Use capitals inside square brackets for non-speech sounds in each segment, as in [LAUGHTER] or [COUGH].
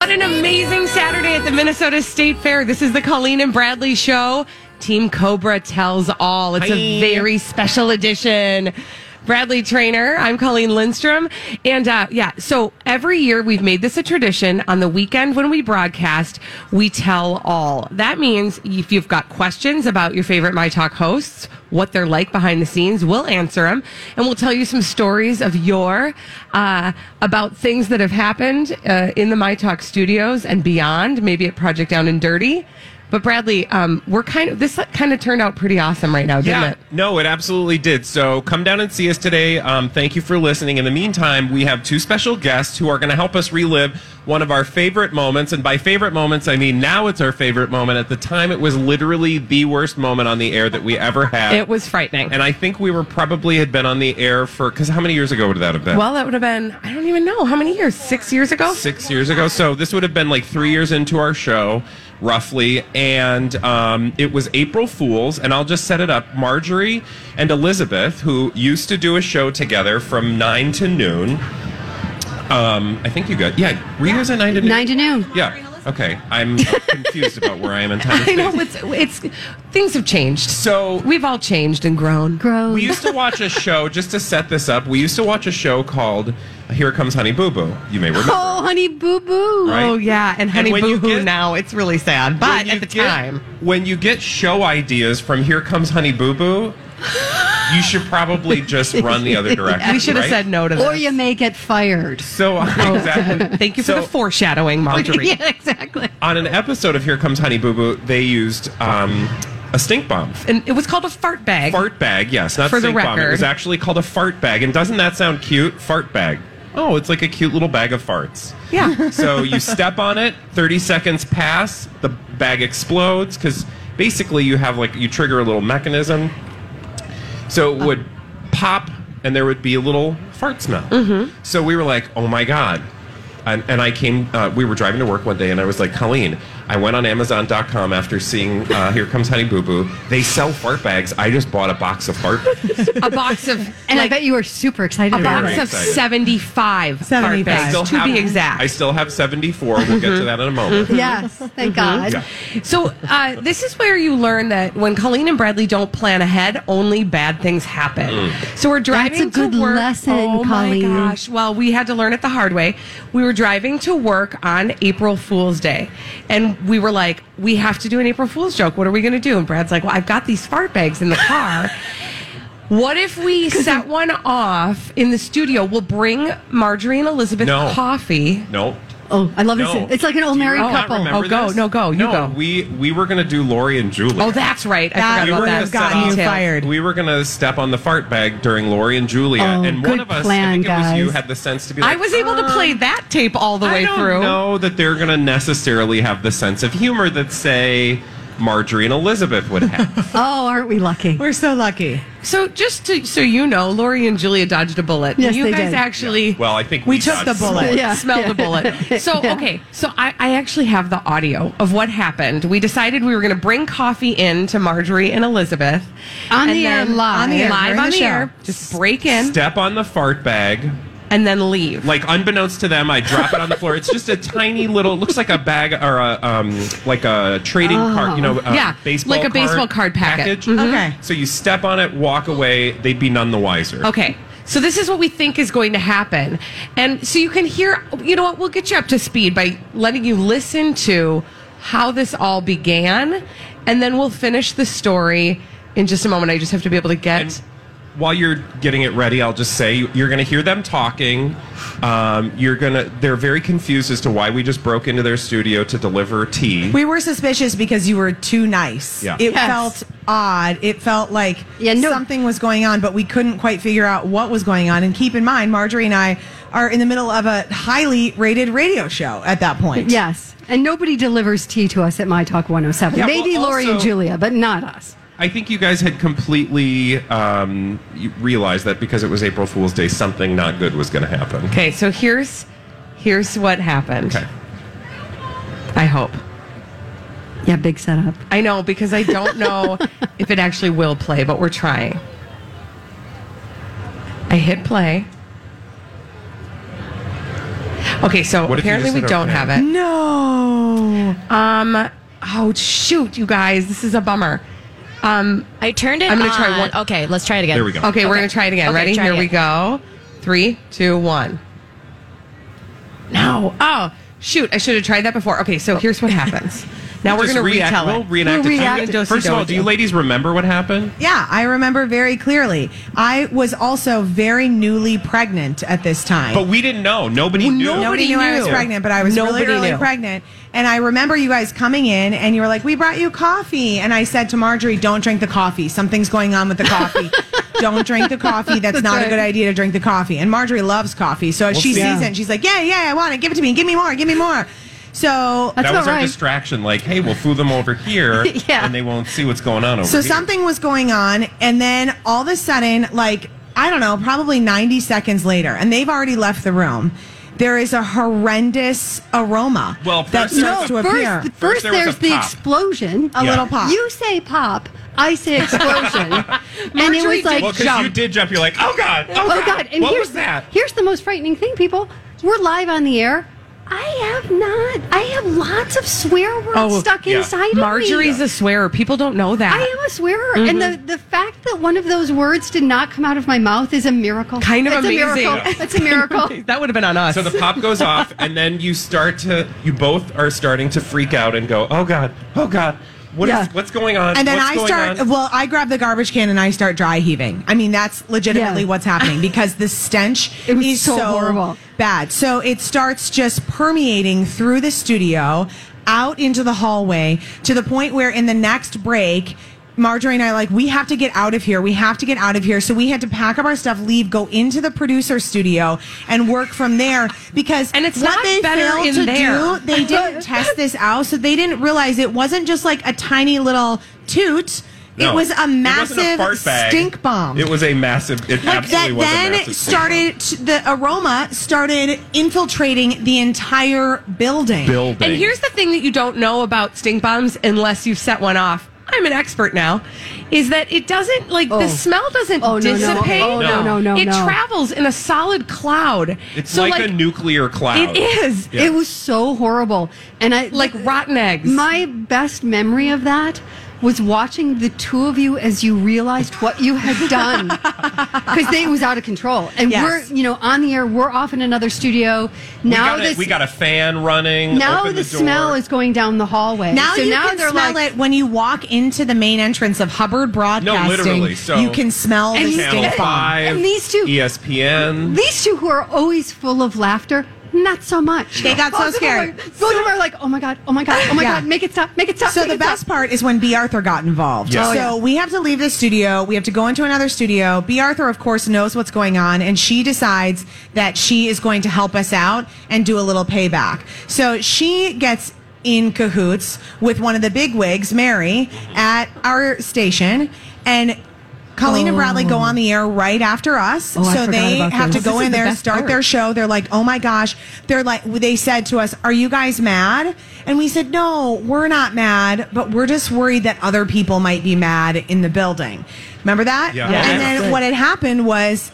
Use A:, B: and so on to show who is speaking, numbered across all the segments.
A: What an amazing Saturday at the Minnesota State Fair. This is the Colleen and Bradley show. Team Cobra tells all. It's a very special edition. Bradley Trainer, I'm Colleen Lindstrom. And uh, yeah, so every year we've made this a tradition. On the weekend when we broadcast, we tell all. That means if you've got questions about your favorite My Talk hosts, what they're like behind the scenes, we'll answer them. And we'll tell you some stories of your uh, about things that have happened uh, in the My Talk studios and beyond, maybe at Project Down and Dirty. But Bradley, um, we're kind of this kind of turned out pretty awesome right now, didn't
B: Yeah,
A: it?
B: no, it absolutely did. So come down and see us today. Um, thank you for listening. In the meantime, we have two special guests who are going to help us relive one of our favorite moments. And by favorite moments, I mean now it's our favorite moment. At the time, it was literally the worst moment on the air that we ever had.
A: It was frightening.
B: And I think we were probably had been on the air for because how many years ago would that have been?
A: Well, that would have been, I don't even know, how many years? Six years ago?
B: six years ago. So this would have been like three years into our show, roughly. And um, it was April Fool's. And I'll just set it up. Marjorie and Elizabeth, who used to do a show together from nine to noon. Um, I think you got yeah. Were you guys at nine to noon?
C: Nine to noon.
B: Yeah. Okay. I'm confused about where I am in time.
A: [LAUGHS]
B: and
A: I know,
B: space.
A: it's, it's, things have changed.
B: So
A: We've all changed and grown.
C: Gross.
B: We used to watch a show, just to set this up, we used to watch a show called Here Comes Honey Boo Boo. You may remember.
C: oh, honey boo boo.
B: Right.
A: Oh, yeah, and Honey
B: when
A: Boo
B: you
A: Hoo
B: get-
A: now, it's really sad.
B: When
A: But
B: you
A: at the
B: get-
A: time,
B: When you get show ideas from Here Comes Honey Boo Boo, you should
A: [LAUGHS]
B: probably just run the other direction.
A: we should have
B: right?
A: said no to
C: Or
A: that.
C: you may get fired.
A: [LAUGHS]
B: So [LAUGHS] exactly.
A: Thank you for
B: So,
A: the foreshadowing, [LAUGHS] Marjorie.
C: [LAUGHS] yeah, exactly.
B: On an episode of Here Comes Honey Boo Boo, they used um, a stink bomb.
A: And it was called a fart bag.
B: Fart bag, yes, not
A: For the
B: stink bomb. It
A: record.
B: was actually called a fart bag. And doesn't that sound cute? Fart bag. Oh, it's like a cute little bag of farts.
A: Yeah.
B: so you step on it 30 seconds pass the bag explodes because basically you have like you trigger a little mechanism so it would pop and there would be a little fart smell
A: Mm-hmm.
B: so we were like oh my god and, and i came uh, we were driving to work one day and i was like colleen i went on amazon.com after seeing uh, here comes honey boo boo they sell fart bags i just bought a box
A: [LAUGHS]
B: of fart bags
A: a box of,
C: And
A: like,
C: I bet you were super excited
A: a
C: about
A: box
B: Very
C: it.
A: of
B: excited.
A: 75, fart
D: 75.
B: I
A: bags,
B: still
A: to
B: have-
A: be exact. Mm-hmm.
B: i still have 74 we'll get to that in a moment
C: Yes, thank God.
B: Mm-hmm. Yeah.
A: So uh, this is where you learn that when Colleen and Bradley don't plan ahead, only bad things happen.
B: Mm.
A: So we're driving
C: That's a good
A: to work.
C: lesson,
A: oh
C: Colleen.
A: my gosh! Well, we had to learn it the hard way. We were driving to work on April Fool's Day, and we were like, "We have to do an April Fool's joke. What are we going to do?" And Brad's like, "Well, I've got these fart bags in the car." What if we set one off in the studio? We'll bring Marjorie and Elizabeth
B: No.
A: coffee.
B: no
C: Oh, I love it.
B: No.
C: It's like an old
B: Do you
C: married
B: not
C: couple.
B: remember
A: Oh, go.
B: this?
A: No, go. You
B: no,
A: go.
B: We we were gonna do Lori and Julie.
A: Oh, that's right. I
D: That
A: forgot
B: we
A: about
B: were
A: that.
B: gonna
D: I've gotten you
B: set off-
D: fired.
B: We were gonna step on the fart bag during Lori and Julia,
C: Oh,
B: and one
C: good
B: of us, I
C: plan,
B: think it was you,
C: guys.
B: had the sense to be.
A: I
B: Like, "Uh,
A: was able to play that tape all the way
B: I don't
A: through.
B: know that they're gonna necessarily have the sense of humor that say Marjorie and Elizabeth
A: [LAUGHS]
B: would have.
C: Oh, aren't we lucky?
D: We're so lucky.
A: So just to, so you know, Lori and Julia dodged a bullet.
C: Yes,
A: you
C: they
A: guys
C: did.
A: actually
B: well, I think
D: We
B: we,
D: took
B: got
D: the
A: [LAUGHS]
B: some-
D: bullet.
C: Yeah.
A: smell the bullet. So okay, so I, I actually have the audio of what happened. We decided we were going to bring coffee in to Marjorie and Elizabeth
C: On
A: and
C: the air,
A: then-
C: live.
A: on the air, live
D: during
A: on
D: the
A: the
D: show.
A: air. Just break in
B: Step on the fart bag.
A: and then leave.
B: Like unbeknownst to them, I drop it on the floor. It's just a tiny little. It looks like a bag or a um, like a trading card. You know, a
A: Oh. Yeah,
B: baseball
A: like a baseball card packet. Mm-hmm.
B: package.
D: Okay.
B: So you step on it, walk away, they'd be none the wiser.
A: Okay.
E: So this is what we think is going to happen. And so you can hear, you know what, we'll get you up to speed by letting you listen to how this all began. And then we'll finish the story in just a moment. I just have to be able to get.
B: And while you're getting it ready, I'll just say you're going to hear them talking. Um, you're going to. They're very confused as to why we just broke into their studio to deliver tea.
A: We were suspicious because you were too nice.
B: Yeah.
A: It
C: Yes.
A: felt odd. It felt like
C: Yeah, no-
A: something was going on, but we couldn't quite figure out what was going on. And keep in mind, Marjorie and I are in the middle of a highly rated radio show at that point.
C: Yes. And nobody delivers tea to us at My Talk 107.
B: Yeah,
C: Maybe
B: well,
C: Lori and
B: also-
C: Julia, but not us.
B: I think you guys had completely um, you realized that because it was April Fool's Day, something not good was going to happen.
E: Okay, so here's here's what happened.
B: Okay.
E: I hope.
C: Yeah, big setup.
E: I know because I don't know if it actually will play, but we're trying. I hit play. Okay, so
B: What if you
E: apparently
B: just
E: we
B: hit
E: don't
B: okay?
E: have it.
A: No.
E: Um oh shoot, you guys, this is a bummer. Um
F: I turned it
E: I'm gonna
F: on.
E: try one-
F: Okay, let's try it again.
B: There we go.
E: okay, we're gonna try it again.
F: Okay,
E: Ready?
F: try
E: Here
F: it
E: we
F: again.
E: go. Three, two, one. No. Oh shoot, I should have tried that before. Okay, so here's what happens. Now we're
B: Just
E: gonna
B: react- [LAUGHS]
E: retell
B: We'll
E: it.
B: reenact
C: We'll
B: it. Do you-
C: react it.
B: First of all, do you ladies remember what happened?
A: Yeah, I remember very clearly. I was also very newly pregnant at this time.
B: But we didn't know. Nobody knew.
A: Nobody knew, I was pregnant, but I was
E: Nobody
A: really, really
E: knew.
A: pregnant. And I remember you guys coming in and you were like, We brought you coffee. And I said to Marjorie, Don't drink the coffee. Something's going on with the coffee. Don't drink the coffee. That's, not a good idea to drink the coffee. And Marjorie loves coffee. So if she
B: see.
A: sees it and she's like, Yeah, yeah, I want it. Give it to me. Give me more. Give me more. So
C: That's
B: that was
C: about
B: our
C: right.
B: distraction. Like, hey, we'll fool them over here,
C: Yeah.
B: and they won't see what's going on over
A: So
B: here.
A: something was going on, and then all of a sudden, like I don't know, probably 90 seconds later, and they've already left the room. There is a horrendous aroma
B: Well,
A: that
B: first-
A: starts
B: No,
A: to appear.
C: Oh, First, first,
B: First there was
C: there's
B: a
C: the
B: pop.
C: explosion.
A: a
B: Yeah.
A: little pop.
C: You say pop, I say
B: [LAUGHS]
C: explosion. and it
E: Marjorie
C: was
E: did
C: like,
B: well, because you
E: jump.
B: did jump, you're like, oh god, oh,
C: oh God. And
B: what
C: here's,
B: was that?
C: Here's the most frightening thing, people. We're live on the air. I have not. I have lots of swear words
E: Oh,
C: stuck
B: yeah.
C: inside of
E: Marjorie's
C: me.
E: a swearer. People don't know that. Mm-hmm.
C: I am a swearer, and the, the fact that one of those words did not come out of my mouth is a miracle.
E: Kind of
C: It's
E: amazing.
C: A miracle.
E: [LAUGHS]
C: It's a miracle.
E: that would have been on us.
B: So the pop goes off, and then you start to, you both are starting to freak out and go, oh god, oh god, what is
C: Yeah.
B: what's going on?
A: and then
B: What's
A: I
B: going
A: start.
B: on?"
A: Well, I grab the garbage can and I start dry heaving. I mean, that's legitimately
C: Yeah.
A: what's happening because the stench
C: It was
A: is
C: so horrible.
A: bad. So it starts just permeating through the studio, out into the hallway, to the point where in the next break. Marjorie and I like we have to get out of here. We have to get out of here. So we had to pack up our stuff, leave, go into the producer studio, and work from there because
E: And it's
A: what
E: not
A: they
E: better
A: failed
E: in
A: to
E: there.
A: do they didn't
E: [LAUGHS]
A: test this out, so they didn't realize it wasn't just like a tiny little toot.
B: No,
A: it was a
B: wasn't
A: massive
B: fart bag.
A: stink bomb.
B: It was a massive.
A: like
B: It
A: that
B: absolutely was a
A: then
B: massive
A: it
B: stink bomb.
A: started to, the aroma started infiltrating the entire building.
B: building.
E: and here's the thing that you don't know about stink bombs unless you've set one off. I'm an expert now. Is that it doesn't like
C: Oh.
E: the smell doesn't
C: Oh, no, no.
E: dissipate?
C: Oh,
B: no,
C: no, no,
E: It
C: no.
E: travels in a solid cloud.
B: it's
E: So,
B: like, a nuclear cloud.
E: It is
B: Yeah.
C: It was so horrible, and I
E: like rotten eggs.
C: My best memory of that was watching the two of you as you realized what you had
A: [LAUGHS]
C: done because it was out of control. And
A: Yes.
C: we're, you know, on the air. We're off in another studio
B: We
C: now.
B: got, a,
C: this
B: we got a fan running.
C: now
B: opened
C: the,
B: door.
C: smell is going down the hallway.
A: Now
C: so
A: you
C: now
A: can
C: they're
A: smell
C: like,
A: it when you walk into the main entrance of Hubbard Broadcasting.
B: literally, so-
A: you can smell the
C: And you-
B: Channel
A: stink bomb.
B: Five. E
C: And these two-
B: ESPN.
C: These two who are always full of laughter. Not so much.
A: They got so
C: Both of them
A: scared.
C: are- Both of them are like, "Oh my god! Oh my god! Oh my
A: Yeah.
C: god! Make it stop! Make it stop!"
A: So
C: make
A: the
C: it stop."
A: best part is when B. Arthur got involved.
B: Yeah. Oh,
A: so
B: yeah.
A: we have to leave the studio. We have to go into another studio. B. Arthur, of course, knows what's going on, and she decides that she is going to help us out and do a little payback. So she gets in cahoots with one of the big wigs, Mary, at our station, and. Colleen and Bradley go on the air right after us.
C: Oh. I
A: so
C: forgot
A: they
C: about
A: have
C: this.
A: to go
C: This is
A: in
C: the
A: there,
C: best
A: start
C: part.
A: their show. They're like, oh my gosh. They're like, they said to us, are you guys mad? And we said, no, we're not mad, but we're just worried that other people might be mad in the building. Remember that?
B: Yeah. Yeah.
A: And then what had happened was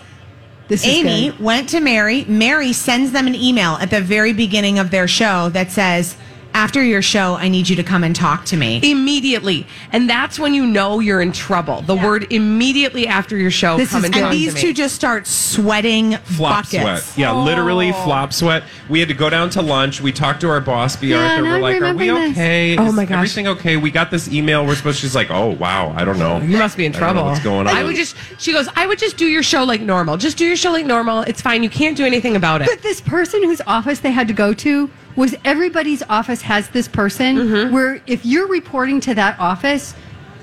C: This is
A: Amy
C: good.
A: went to Mary. Mary sends them an email at the very beginning of their show that says, after your show, I need you to come and talk to me.
E: Immediately. And that's when you know you're in trouble. The word immediately after your show.
A: This
E: come
A: is,
E: and,
A: and
E: talk to
A: these
E: me.
A: two just start sweating
B: flop
A: buckets.
B: sweat. Yeah, literally flop sweat. We had to go down to lunch. We talked to our boss, Bea
C: Yeah,
B: Arthur.
C: now
B: We're
C: I'm
B: like, "Are we
C: remembering this.
B: okay?
E: Oh
B: Is
E: my gosh.
B: everything okay?" We got this email. We're supposed. She's like, "Oh wow, I don't know.
E: You must be in
B: I don't know
E: trouble.
B: what's going on?"
E: I would just. She goes. I would just do your show like normal. Just do your show like normal. It's fine. You can't do anything about it.
C: But this person whose office they had to go to was everybody's office has this person
E: Mm-hmm.
C: where if you're reporting to that office,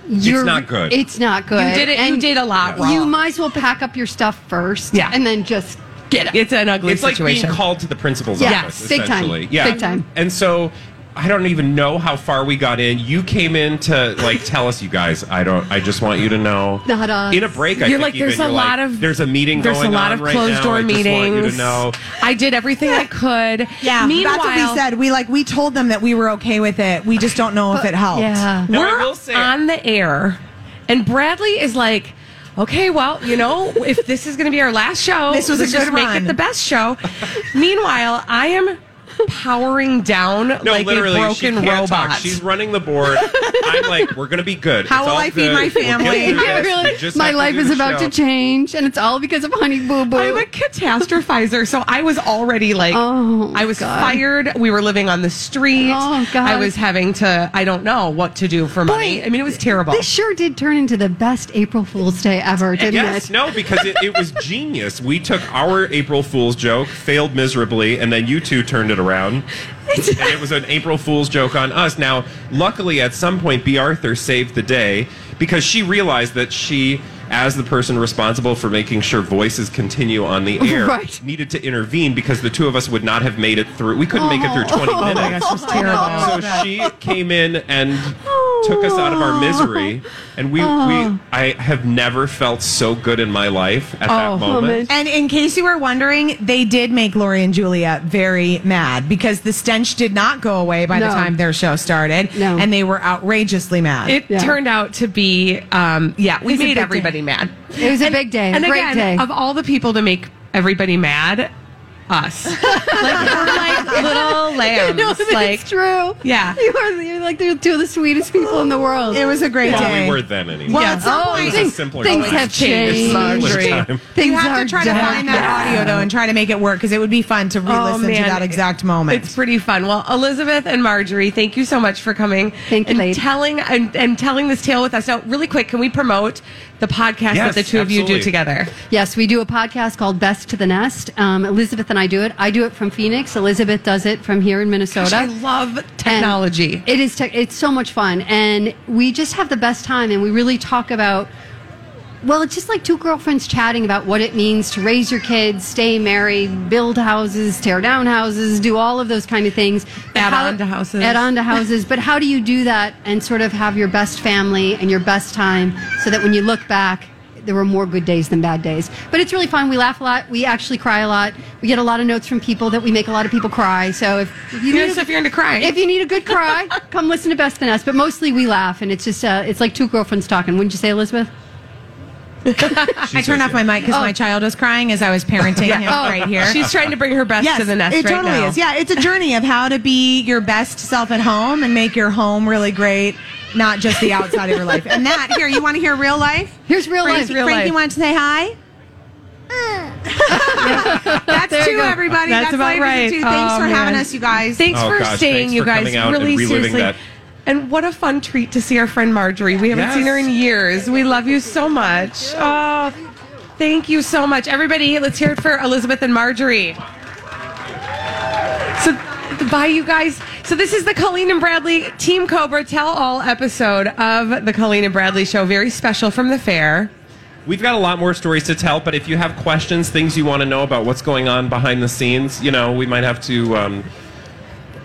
C: you're
B: not good.
C: It's not good.
E: You did it- you did a lot
C: You
E: wrong.
C: might as well pack up your stuff first,
E: Yeah.
C: and then just get it.
E: It's an ugly
B: It's like
E: situation.
B: being called to the principal's
C: Yeah.
B: office,
C: Yes, big time.
B: essentially. Yeah,
C: Big time.
B: And so I don't even know how far we got in. You came in to like tell us, you guys. I don't. I just want you to know.
C: Not us.
B: In a break, I
E: You're
B: think
E: like,
B: even,
E: there's a
B: you're like,
E: lot of
B: there's a meeting
E: There's
B: going
E: a lot
B: on
E: of
B: right
E: closed
B: now.
E: door
B: I just
E: meetings.
B: want you to know.
E: I did everything I could.
A: [LAUGHS] Yeah,
E: Meanwhile,
A: that's what we said. We like we told them that we were okay with it. We just don't know if it helped.
C: [LAUGHS] Yeah.
B: No, I
E: we're
B: will say-
E: on the air, and Bradley is like, "Okay, well, you know, if this is going to be our last show,
A: This was a
E: let's just
A: good
E: Make
A: run."
E: it the best show." Meanwhile, I am powering down
B: No,
E: like a
B: literally,
E: broken
B: she can't
E: robot.
B: talk. She's running the board. I'm like, we're gonna be good.
A: How
B: It's
A: will
B: all
A: I feed
B: good.
A: my
B: We'll get
A: family?
E: [LAUGHS]
B: through
C: Yeah,
B: this.
C: really,
B: We just
C: my
B: have to
C: life
B: do
C: is
B: the
C: about
B: show.
C: to change, and it's all because of Honey Boo Boo.
E: I'm a catastrophizer, so I was already like,
C: Oh,
E: I was
C: God.
E: fired. We were living on the street.
C: Oh, God.
E: I was having to, I don't know what to do for money. I mean, it was terrible.
C: This sure did turn into the best April Fool's Day ever, didn't
B: Yes,
C: it?
B: no, because it, it was genius. We took our April Fool's joke, failed miserably, and then you two turned it around. and it was an April Fool's joke on us. Now, luckily, at some point, B. Arthur saved the day because she realized that she, as the person responsible for making sure voices continue on the air,
C: [LAUGHS] Right.
B: needed to intervene because the two of us would not have made it through. We couldn't make it
C: Oh.
B: through 20 minutes.
A: That's just terrible.
B: So
E: Oh,
B: she came in and took us out of our misery, and we,
E: Oh.
B: we I have never felt so good in my life at
E: Oh.
B: that moment.
A: And in case you were wondering, they did make Lori and Julia very mad because the stench did not go away by the
C: No.
A: time their show started.
C: No.
A: And they were outrageously mad.
E: it
C: Yeah.
E: turned out to be, um, yeah, we
A: It's a big
E: made
A: day.
E: everybody mad.
C: It was a big day, a
E: And
C: great
E: again,
C: day.
E: of
C: [LAUGHS]
E: all the people to make everybody mad,
C: [LAUGHS]
E: us. like, we're like little lambs.
C: No, that's
E: like,
C: true.
E: Yeah.
C: you are you're like the- two of the sweetest people in the world.
A: It was a great
B: Well,
A: day.
B: we were then anyway.
A: Well, at some
C: Oh,
A: point,
B: It's a
C: things-
B: simpler
C: things
B: time.
C: have
B: It's a
C: changed.
B: simpler
C: Marjorie.
B: time.
C: Things
A: you have
C: are Oh,
A: to try to
C: done.
A: find that audio though and try to make it work because it would be fun to re-listen to that exact moment.
E: It's pretty fun. Well, Elizabeth and Marjorie, thank you so much for coming.
C: Thank you,
E: and
C: lady.
E: telling and, and telling this tale with us. Now, really quick, can we promote the podcast that
B: Yes,
E: the two of you
B: absolutely.
E: do together?
C: Yes, we do a podcast called Best to the Nest. Um, Elizabeth and I do it. I do it from Phoenix. Elizabeth does it from here in Minnesota.
E: Gosh, I love
C: And
E: technology.
C: It is. Tech it's so much fun, and we just have the best time. And we really talk about. Well, it's just like two girlfriends chatting about what it means to raise your kids, stay married, build houses, tear down houses, do all of those kind of things. But
E: Add on to houses.
C: Add on to houses. But how do you do that and sort of have your best family and your best time so that when you look back, there were more good days than bad days. But it's really fun. We laugh a lot. We actually cry a lot. We get a lot of notes from people that we make a lot of people cry. So if you
E: Yes,
C: need a-
E: if you're into crying.
C: if you need a good
E: [LAUGHS]
C: cry, come listen to Best Than Us. But mostly we laugh, and it's just uh, it's like two girlfriends talking. Wouldn't you say, Elizabeth?
A: I turned off my mic
C: Oh.
A: because my child was crying as I was
B: [LAUGHS]
A: parenting him right here.
E: She's trying to bring her best to the nest
A: it
E: right
A: totally
E: now.
A: is. Yeah, it's a journey of how to be your best self at home and make your home really great, not just the outside of your life. And that here, you want to hear real life?
C: Here's real
A: Frank,
C: life.
E: real
A: Frank,
E: life.
A: you want to say
C: [LAUGHS]
A: hi? That's
C: There you
A: two,
C: go.
A: everybody.
E: That's
A: That's, life
E: about
A: is
E: right.
A: Two. Thanks
E: Oh,
A: for having
E: man.
A: us, you guys.
E: Thanks
B: Oh,
E: for
B: gosh,
E: staying,
B: thanks
E: you
B: for
E: guys.
B: coming out and
E: really
B: reliving
E: seriously.
B: that.
E: And what a fun treat to see our friend Marjorie. We haven't
B: Yes.
E: seen her in years. We love you so much. Oh, thank you so much. Everybody, let's hear it for Elizabeth and Marjorie. So, bye, you guys. So, this is the Colleen and Bradley Team Cobra Tell All episode of the Colleen and Bradley Show. Very special from the fair.
B: We've got a lot more stories to tell, but if you have questions, things you want to know about what's going on behind the scenes, you know, we might have to um,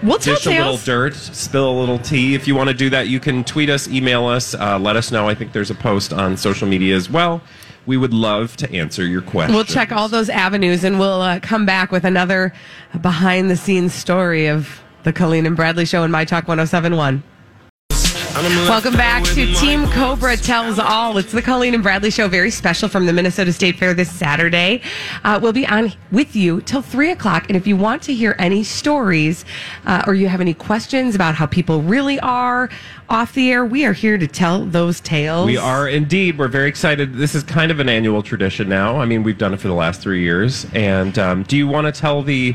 E: We'll tell
B: dish a little
E: tales.
B: dirt, spill a little tea. If you want to do that, you can tweet us, email us, uh, let us know. I think there's a post on social media as well. We would love to answer your questions.
E: We'll check all those avenues and we'll uh, come back with another behind the scenes story of the Colleen and Bradley show in My Talk 1071. Welcome back to Team Cobra Tells All. It's the Colleen and Bradley Show, very special from the Minnesota State Fair this Saturday. Uh, we'll be on with you till 3 o'clock. And if you want to hear any stories uh, or you have any questions about how people really are off the air, we are here to tell those tales.
B: We are indeed. We're very excited. This is kind of an annual tradition now. I mean, we've done it for the last three years. And um, do you want to tell the?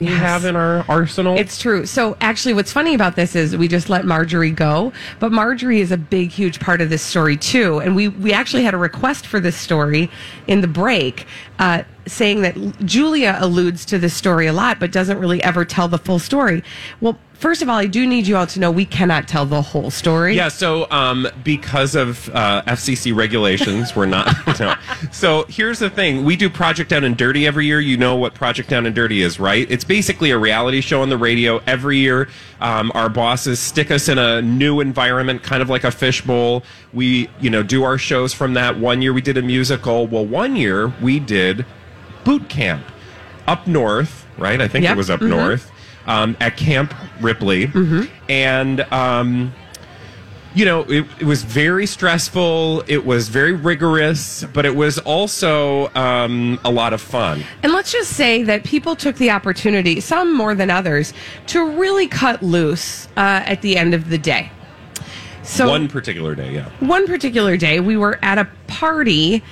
B: We have in our arsenal.
E: It's true. So actually, what's funny about this is we just let Marjorie go, but Marjorie is a big, huge part of this story too. And we we actually had a request for this story in the break, uh, saying that Julia alludes to this story a lot, but doesn't really ever tell the full story. Well, first of all, I do need you all to know we cannot tell the whole story.
B: Yeah, so um, because of uh, FCC regulations, we're not. [LAUGHS] no. So here's the thing: we do Project Down and Dirty every year. You know what Project Down and Dirty is, right? It's basically a reality show on the radio every year. Um, our bosses stick us in a new environment, kind of like a fishbowl. We, you know, do our shows from that. One year we did a musical. Well, one year we did boot camp up north, right? I think
E: Yep.
B: it was up north um, at Camp Ripley,
E: Mm-hmm.
B: and um, you know it, it was very stressful. It was very rigorous, but it was also um, a lot of fun.
E: And let's just say that people took the opportunity, some more than others, to really cut loose uh, at the end of the day. So
B: One particular day, yeah.
E: one particular day, we were at a party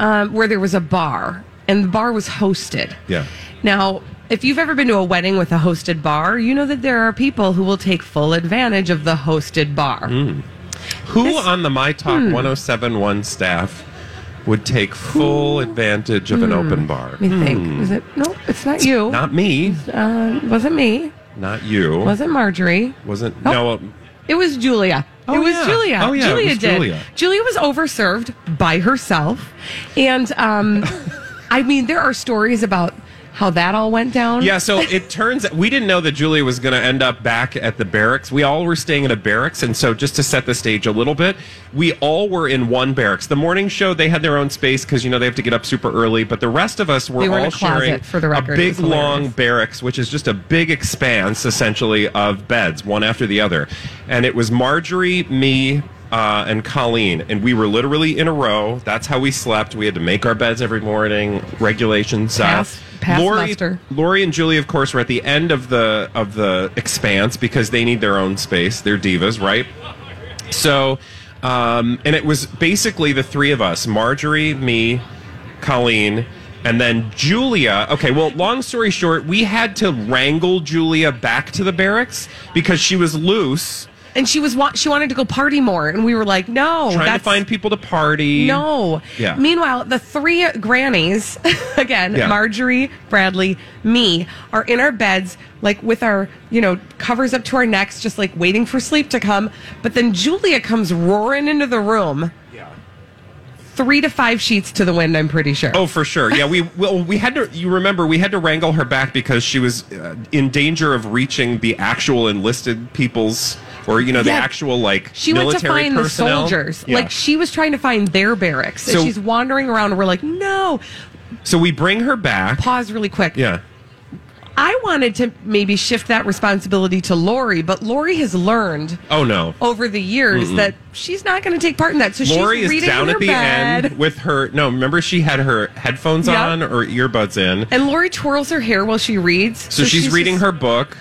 E: um, where there was a bar, and the bar was hosted.
B: Yeah.
E: Now, if you've ever been to a wedding with a hosted bar, you know that there are people who will take full advantage of the hosted bar.
B: Mm. Who on the My Talk
E: Hmm.
B: 1071 staff would take full advantage of an open bar?
E: Let Hmm. me think. Is it? No, it's not you.
B: Mm. Not me.
E: uh, wasn't me.
B: Not you.
E: Wasn't Marjorie.
B: Wasn't
E: Oh.
B: no. uh,
E: It was Julia.
B: Oh,
E: it was
B: yeah.
E: Julia.
B: Oh, yeah, it
E: Julia
B: was
E: did.
B: Julia.
E: Julia. was overserved by herself. And
B: [LAUGHS]
E: um, I mean, there are stories about how that all went down.
B: Yeah, so it turns we didn't know that Julia was going to end up back at the barracks. We all were staying in a barracks, and so just to set the stage a little bit, we all were in one barracks. The morning show they had their own space because you know they have to get up super early, but the rest of us were,
E: We were in
B: all
E: a closet,
B: sharing
E: for the record.
B: a
E: It
B: big
E: was hilarious.
B: long barracks, which is just a big expanse essentially of beds, one after the other, and it was Marjorie, me. Uh, and Colleen, and we were literally in a row. That's how we slept. We had to make our beds every morning. Regulations. uh,
E: Pass- pass
B: Lori,
E: muster.
B: Lori and Julie, of course, were at the end of the of the expanse because they need their own space. They're divas, right? So, um, and it was basically the three of us: Marjorie, me, Colleen, and then Julia. Okay, well, long story short, we had to wrangle Julia back to the barracks because she was loose,
E: And she was wa- she wanted to go party more, and we were like, no,
B: trying
E: Oh, that's
B: to find people to party.
E: no.
B: Yeah.
E: Meanwhile, the three grannies, [LAUGHS] again,
B: Yeah.
E: Marjorie, Bradley, me, are in our beds, like with our, you know, covers up to our necks, just like waiting for sleep to come. But then Julia comes roaring into the room. Yeah. Three to five sheets to the wind, I'm pretty sure.
B: Oh, for sure. Yeah, we well, we had to. You remember we had to wrangle her back because she was uh, in danger of reaching the actual enlisted people's or you know the
E: Yeah.
B: actual like
E: She went to
B: military
E: find
B: personnel.
E: the soldiers.
B: Yeah.
E: Like she was trying to find their barracks.
B: So-
E: and she's wandering around. And we're like, no.
B: so we bring her back.
E: Pause really quick.
B: Yeah.
E: I wanted to maybe shift that responsibility to Lori, but Lori has learned
B: Oh no.
E: over the years that she's not going to take part in that. So
B: Lori
E: she's
B: is
E: reading
B: down
E: in her
B: at the
E: bed,
B: end with her. No, remember she had her headphones
E: Yeah.
B: on or earbuds in.
E: and Lori twirls her hair while she reads.
B: So, she's, reading
E: just- Mm-hmm.
B: her book.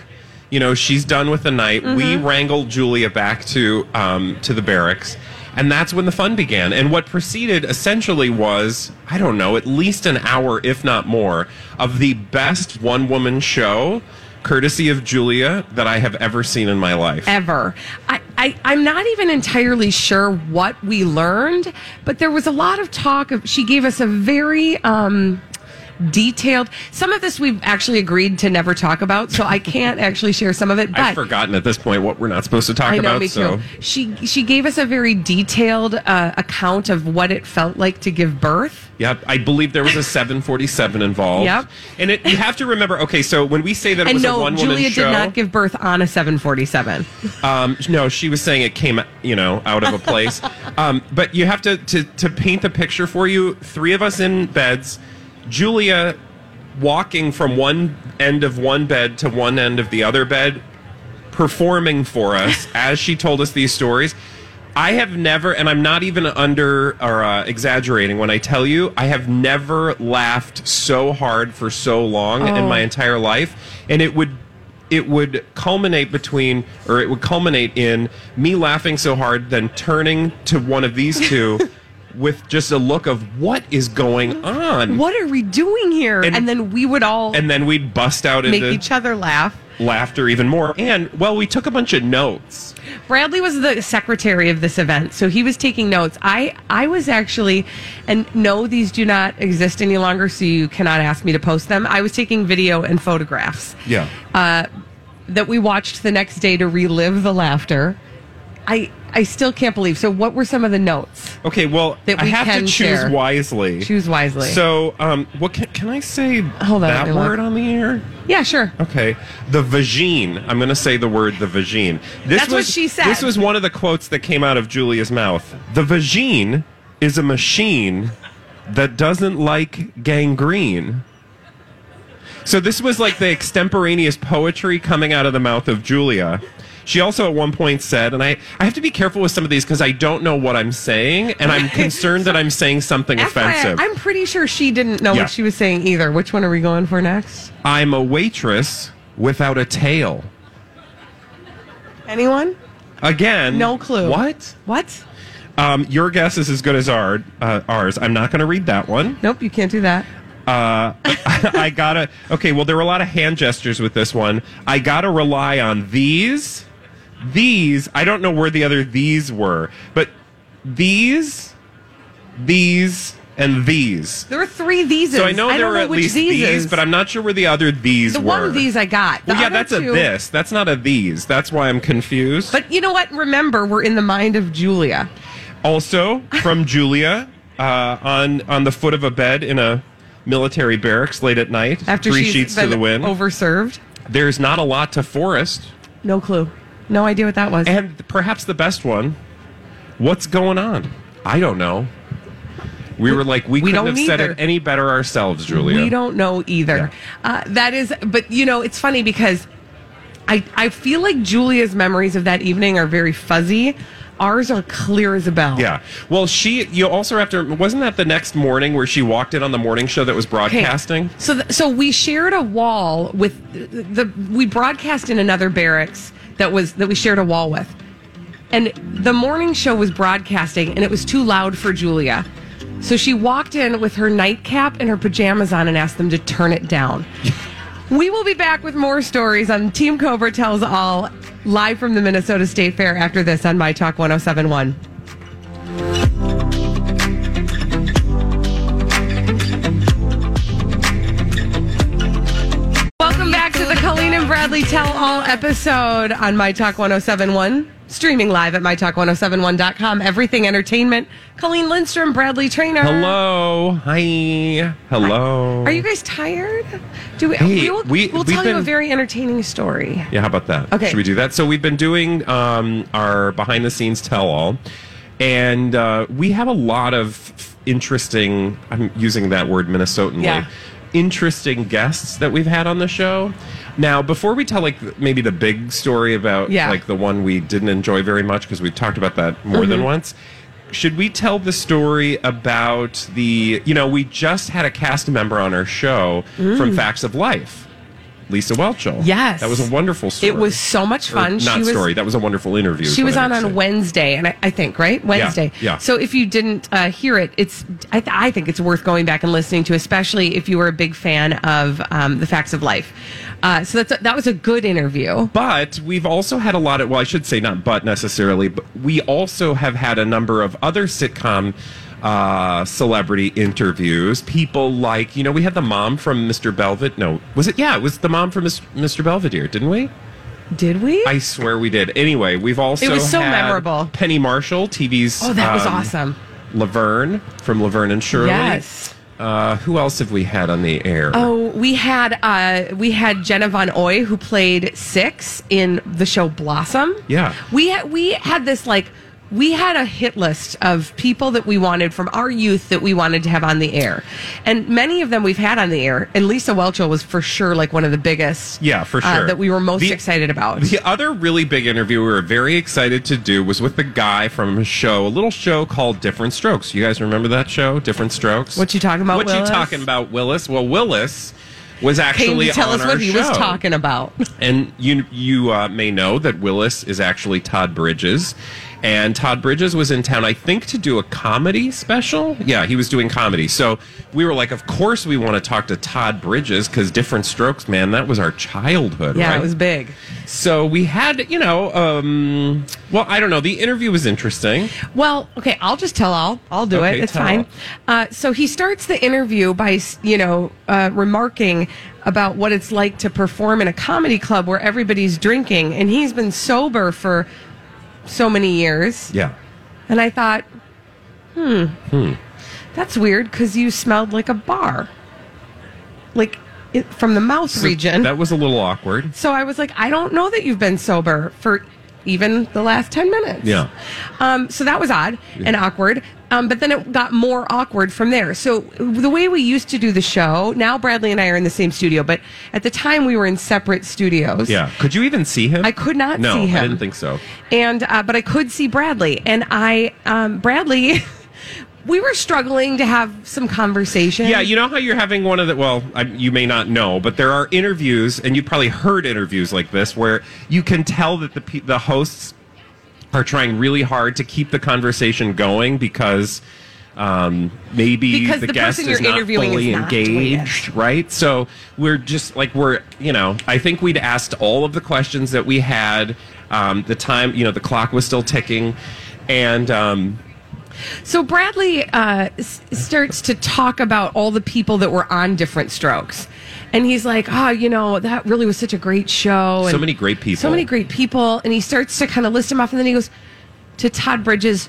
B: You know, she's done with the night. We wrangled Julia back to um, to the barracks, and that's when the fun began. And what preceded essentially was, I don't know, at least an hour, if not more, of the best one woman show, courtesy of Julia, that I have ever seen in my life.
E: ever. I, I, I'm not even entirely sure what we learned, but there was a lot of talk of. She gave us a very. Um, detailed. Some of this we've actually agreed to never talk about, so I can't actually share some of it. But
B: I've forgotten at this point what we're not supposed to talk
E: I know,
B: about.
E: me too.
B: so
E: She she gave us a very detailed uh, account of what it felt like to give birth.
B: Yep, I believe there was a 747 involved.
E: Yep.
B: and it, you have to remember. Okay, so when we say that it
E: And
B: was a
E: no,
B: one-woman
E: Julia
B: show,
E: did not give birth on a 747.
B: um, no, she was saying it came, you know, out of a
E: [LAUGHS]
B: place. um, but you have to, to to paint the picture for you. Three of us in beds, Julia walking from one end of one bed to one end of the other bed, performing for
E: [LAUGHS]
B: us as she told us these stories. I have never, and I'm not even under or uh, exaggerating when I tell you, I have never laughed so hard for so long
E: Oh.
B: in my entire life, and it would it would culminate between or it would culminate in me laughing so hard then turning to one of these two
E: [LAUGHS]
B: with just a look of what is going on
E: What are we doing here?
B: And-
E: And, then we would all
B: and then we'd bust out
E: make
B: into
E: each other laugh.
B: laughter even more and well we took a bunch of notes
E: Bradley was the secretary of this event, so he was taking notes. I I was actually, and no, these do not exist any longer, so you cannot ask me to post them. I was taking video and photographs.
B: Yeah.
E: Uh, that we watched the next day to relive the laughter. I I still can't believe. So, what were some of the notes?
B: Okay, well,
E: that
B: I
E: we
B: have to
E: can
B: choose
E: share.
B: wisely.
E: Choose wisely.
B: So, um, what can, can I say?
E: Hold on, let
B: that
E: me look.
B: word on the air.
E: Yeah, sure.
B: Okay, the vagine. I'm going to say the word the vagine. This
E: That's what
B: was,
E: she said.
B: This was one of the quotes that came out of Julia's mouth. The vagine is a machine that doesn't like gangrene. So this was like the extemporaneous poetry coming out of the mouth of Julia. She also at one point said, and I, I have to be careful with some of these because I don't know what I'm saying, and
E: [LAUGHS]
B: I'm concerned that I'm saying something offensive.
E: FYI, I'm pretty sure she didn't know
B: Yeah.
E: what she was saying either. Which one are we going for next?
B: I'm a waitress without a tail.
E: Anyone?
B: Again,
E: No clue.
B: What?
E: What?
B: Um, your guess is as good as our, uh, ours. I'm not going to read that one. [LAUGHS]
E: Nope, you can't do that.
B: I gotta. Okay, well, there were a lot of hand gestures with this one. I gotta rely on these. These. I don't know where the other these were, but these, these, and these.
E: There were three theses.
B: So I know there
E: don't
B: were at
E: which
B: least
E: these
B: these,
E: is.
B: but I'm not sure where the other these
E: the
B: were.
E: one these I got. The
B: well, yeah,
E: other
B: that's
E: two-
B: a this. That's not a these. That's why I'm confused.
E: But you know what? Remember, we're in the mind of Julia.
B: Also
E: [LAUGHS]
B: from Julia uh, on on the foot of a bed in a military barracks late at night.
E: After
B: three
E: she's
B: sheets to
E: been
B: the wind.
E: overserved.
B: There's not a lot to Forrest,
E: No clue. No idea what that was.
B: and perhaps the best one. What's going on? I don't know. We were like, we,
E: we
B: couldn't
E: don't
B: have said
E: either.
B: it any better ourselves, Julia.
E: We don't know either. Uh, that is, but you know, it's funny because I I feel like Julia's memories of that evening are very fuzzy. Ours are clear as a bell.
B: Yeah. Well, she. You also have to. Wasn't that the next morning where she walked in on the morning show that was
E: Okay.
B: broadcasting?
E: So, th- so we shared a wall with the, the. We broadcast in another barracks that was that we shared a wall with, and the morning show was broadcasting, and it was too loud for Julia. So she walked in with her nightcap and her pajamas on and asked them to turn it down. We will be back with more stories on Team Cobra Tells All live from the Minnesota State Fair after this on My Talk 1071. Welcome back to the Colleen and Bradley Tell All episode on My Talk 1071, streaming live at MyTalk1071.com. Everything Entertainment. Colleen Lindstrom, Bradley Trainer.
B: Hello. Hi. Hello.
E: Are you guys tired? Do we,
B: Hey,
E: we will,
B: we-
E: we, will
B: we've
E: tell you a
B: been-
E: very entertaining story.
B: Yeah, how about that?
E: Okay.
B: Should we do that? So we've been doing um, our behind the scenes tell all, and uh, we have a lot of f- interesting. I'm using that word Minnesotanly.
E: Yeah.
B: Interesting guests that we've had on the show. Now, before we tell like th- maybe the big story about
E: Yeah.
B: like the one we didn't enjoy very much because we've talked about that more
E: Mm-hmm.
B: than once. Should we tell the story about the? You know, we just had a cast member on our show from Facts of Life, Lisa Welchel.
E: Mm. Yes.
B: that was a wonderful story.
E: It was so much
B: Or
E: fun.
B: not
E: she was,
B: story. That was a wonderful interview. is
E: She
B: what
E: was
B: I
E: on
B: meant to
E: on
B: say.
E: Wednesday, and I, I think right Wednesday.
B: yeah.
E: So if you didn't uh, hear it, it's I, th- I think it's worth going back and listening to, especially if you were a big fan of um, the Facts of Life. Uh, so that's a, that was a good interview.
B: But we've also had a lot of, well, I should say not but necessarily, but we also have had a number of other sitcom uh, celebrity interviews. People like, you know, we had the mom from Mr. Belvedere. No, was it? Yeah, it was the mom from Mis- Mr. Belvedere, didn't we?
E: Did we?
B: I swear we did. Anyway, we've also
E: It was so
B: had
E: memorable.
B: Penny Marshall, TV's
E: oh, that was
B: um,
E: awesome.
B: Laverne from Laverne and Shirley.
E: Yes.
B: Uh, who else have we had on the air?
E: Oh, we had uh, we had Jenna Von Oy who played Six in the show Blossom.
B: Yeah.
E: we had, we had this like we had a hit list of people that we wanted from our youth that we wanted to have on the air, and many of them we've had on the air. And Lisa Welchel was for sure like one of the biggest.
B: Yeah, for
E: uh,
B: sure.
E: that we were most
B: The-
E: excited about.
B: The other really big interview we were very excited to do was with the guy from a show, a little show called Different Strokes. You guys remember that show, Different Strokes?
E: What you talking about,
B: What
E: Willis?
B: you talking about, Willis? Well, Willis was
E: Came
B: actually
E: to tell
B: on
E: us
B: our
E: what he was
B: show.
E: talking about.
B: And you you uh, may know that Willis is actually Todd Bridges, and Todd Bridges was in town, I think, to do a comedy special. Yeah, he was doing comedy. So we were like, of course, we want to talk to Todd Bridges because Different Strokes, man, that was our childhood.
E: Yeah,
B: right?
E: it was big.
B: So we had, you know, um, well, I don't know. The interview was interesting.
E: Well, okay, I'll just tell all. I'll do
B: Okay,
E: it. It's
B: tell
E: fine. Uh, so he starts the interview by, you know, uh, remarking about what it's like to perform in a comedy club where everybody's drinking, and he's been sober for so many years.
B: Yeah. Hmm.
E: And I thought, hmm, that's weird because you smelled like a bar, like it, from the mouth region.
B: That was a little awkward.
E: So I was like, I don't know that you've been sober for even the last 10 minutes.
B: Yeah.
E: Um, so that was odd and awkward. Um, but then it got more awkward from there. So the way we used to do the show, now Bradley and I are in the same studio, but at the time we were in separate studios.
B: Yeah. Could you even see him?
E: I could not
B: no,
E: see him.
B: I didn't think so.
E: And uh, but I could see Bradley, and I um, Bradley, [LAUGHS] we were struggling to have some conversation.
B: Yeah, you know how you're having one of the, well, I, you may not know, but there are interviews, and you've probably heard interviews like this where you can tell that the, pe- the hosts are trying really hard to keep the conversation going because um, maybe
E: Because
B: the,
E: the
B: guest
E: person
B: is
E: you're
B: not
E: interviewing
B: fully
E: is not doing it.
B: engaged, right? So we're just like we're you know I think we'd asked all of the questions that we had. Um, the time you know the clock was still ticking, and um,
E: So Bradley uh, s- starts to talk about all the people that were on different strokes. And he's like, oh, you know, that really was such a great show. And
B: So many great people.
E: So many great people. And he starts to kind of list them off. And then he goes to Todd Bridges.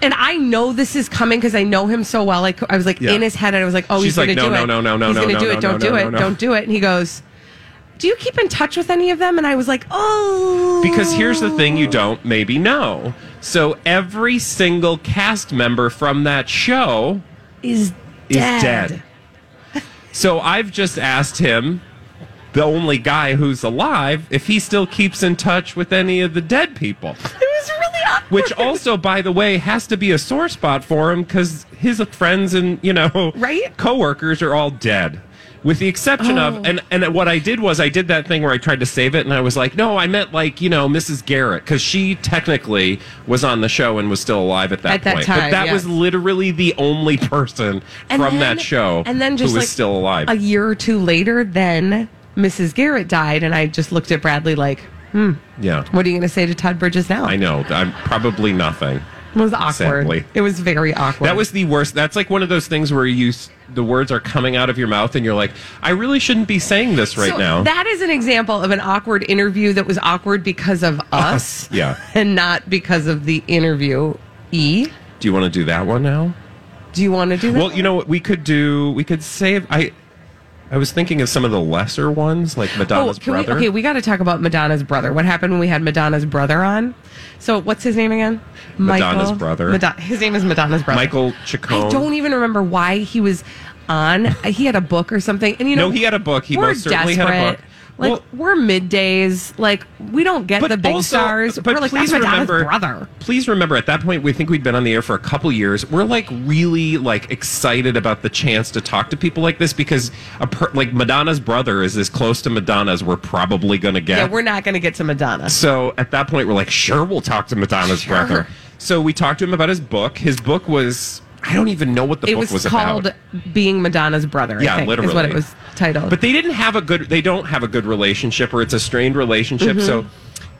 E: And I know this is coming because I know him so well. Like I was like
B: Yeah.
E: in his head, and I was like, "Oh,
B: She's
E: he's going
B: like,
E: to
B: no,
E: do
B: no,
E: it.
B: no, no, no,
E: he's
B: no,
E: gonna
B: no,
E: do it.
B: no,
E: don't
B: no,
E: do
B: no,
E: it.
B: no, no.
E: Don't do it." And he goes, "Do you keep in touch with any of them?" And I was like, "Oh,
B: Because here's the thing you don't maybe know. So every single cast member from that show
E: is
B: is dead. So I've just asked him, the only guy who's alive, if he still keeps in touch with any of the dead people.
E: It was really awkward.
B: Which also, by the way, has to be a sore spot for him because his friends and you know
E: Right? Oh.
B: coworkers are all dead. With the exception of and and what I did was I did that thing where I tried to save it and I was like, no, I meant like you know Mrs. Garrett because she technically was on the show and was still alive at that
E: At that
B: point. but
E: time,
B: that
E: yes.
B: was literally the only person
E: And
B: from
E: then-
B: that show
E: and then just
B: who was
E: like
B: still alive.
E: a year or two later then mrs garrett died and i just looked at bradley like hmm
B: yeah,
E: what are you going to say to todd bridges now
B: I know. I'm probably nothing.
E: it was awkward
B: Sadly.
E: it was very awkward
B: That was the worst. That's like one of those things where you s- the words are coming out of your mouth and you're like, I really shouldn't be saying this right
E: So
B: now.
E: that is an example of an awkward interview that was awkward because of us,
B: Uh-huh. yeah.
E: [LAUGHS] and not because of the interview e
B: do you want to do that one now?
E: do you want to do that
B: Well, you know what we could do? We could save I I was thinking of some of the lesser ones like Madonna's
E: Oh, can
B: brother.
E: We, okay, we got to talk about Madonna's brother. What happened when we had Madonna's brother on? So, what's his name again?
B: Madonna's brother.
E: Madon- his name is Madonna's brother.
B: Michael Chacon.
E: I don't even remember why he was
B: [LAUGHS]
E: on. He had a book or something. And you know,
B: No, he had a book. He
E: we're
B: most certainly had a
E: desperate.
B: book.
E: Like
B: Well-
E: we're middays. Like we don't get the big
B: also-
E: stars.
B: But
E: we're like
B: please
E: that's Madonna's
B: remember,
E: brother.
B: Please remember, at that point, we think we'd been on the air for a couple years. We're like really like excited about the chance to talk to people like this because a per- like Madonna's brother is as close to Madonna as we're probably going to get.
E: Yeah, we're not going to get to Madonna.
B: So at that point, we're like, sure, we'll talk to Madonna's
E: Sure.
B: brother. So we talked to him about his book. His book was. I don't even know what the
E: It
B: book
E: was,
B: was,
E: called
B: about.
E: "Being Madonna's Brother." I
B: Yeah,
E: think,
B: literally.
E: is what it was titled.
B: But they didn't have a good. They don't have a good
E: Mm-hmm.
B: relationship, or it's a strained relationship. So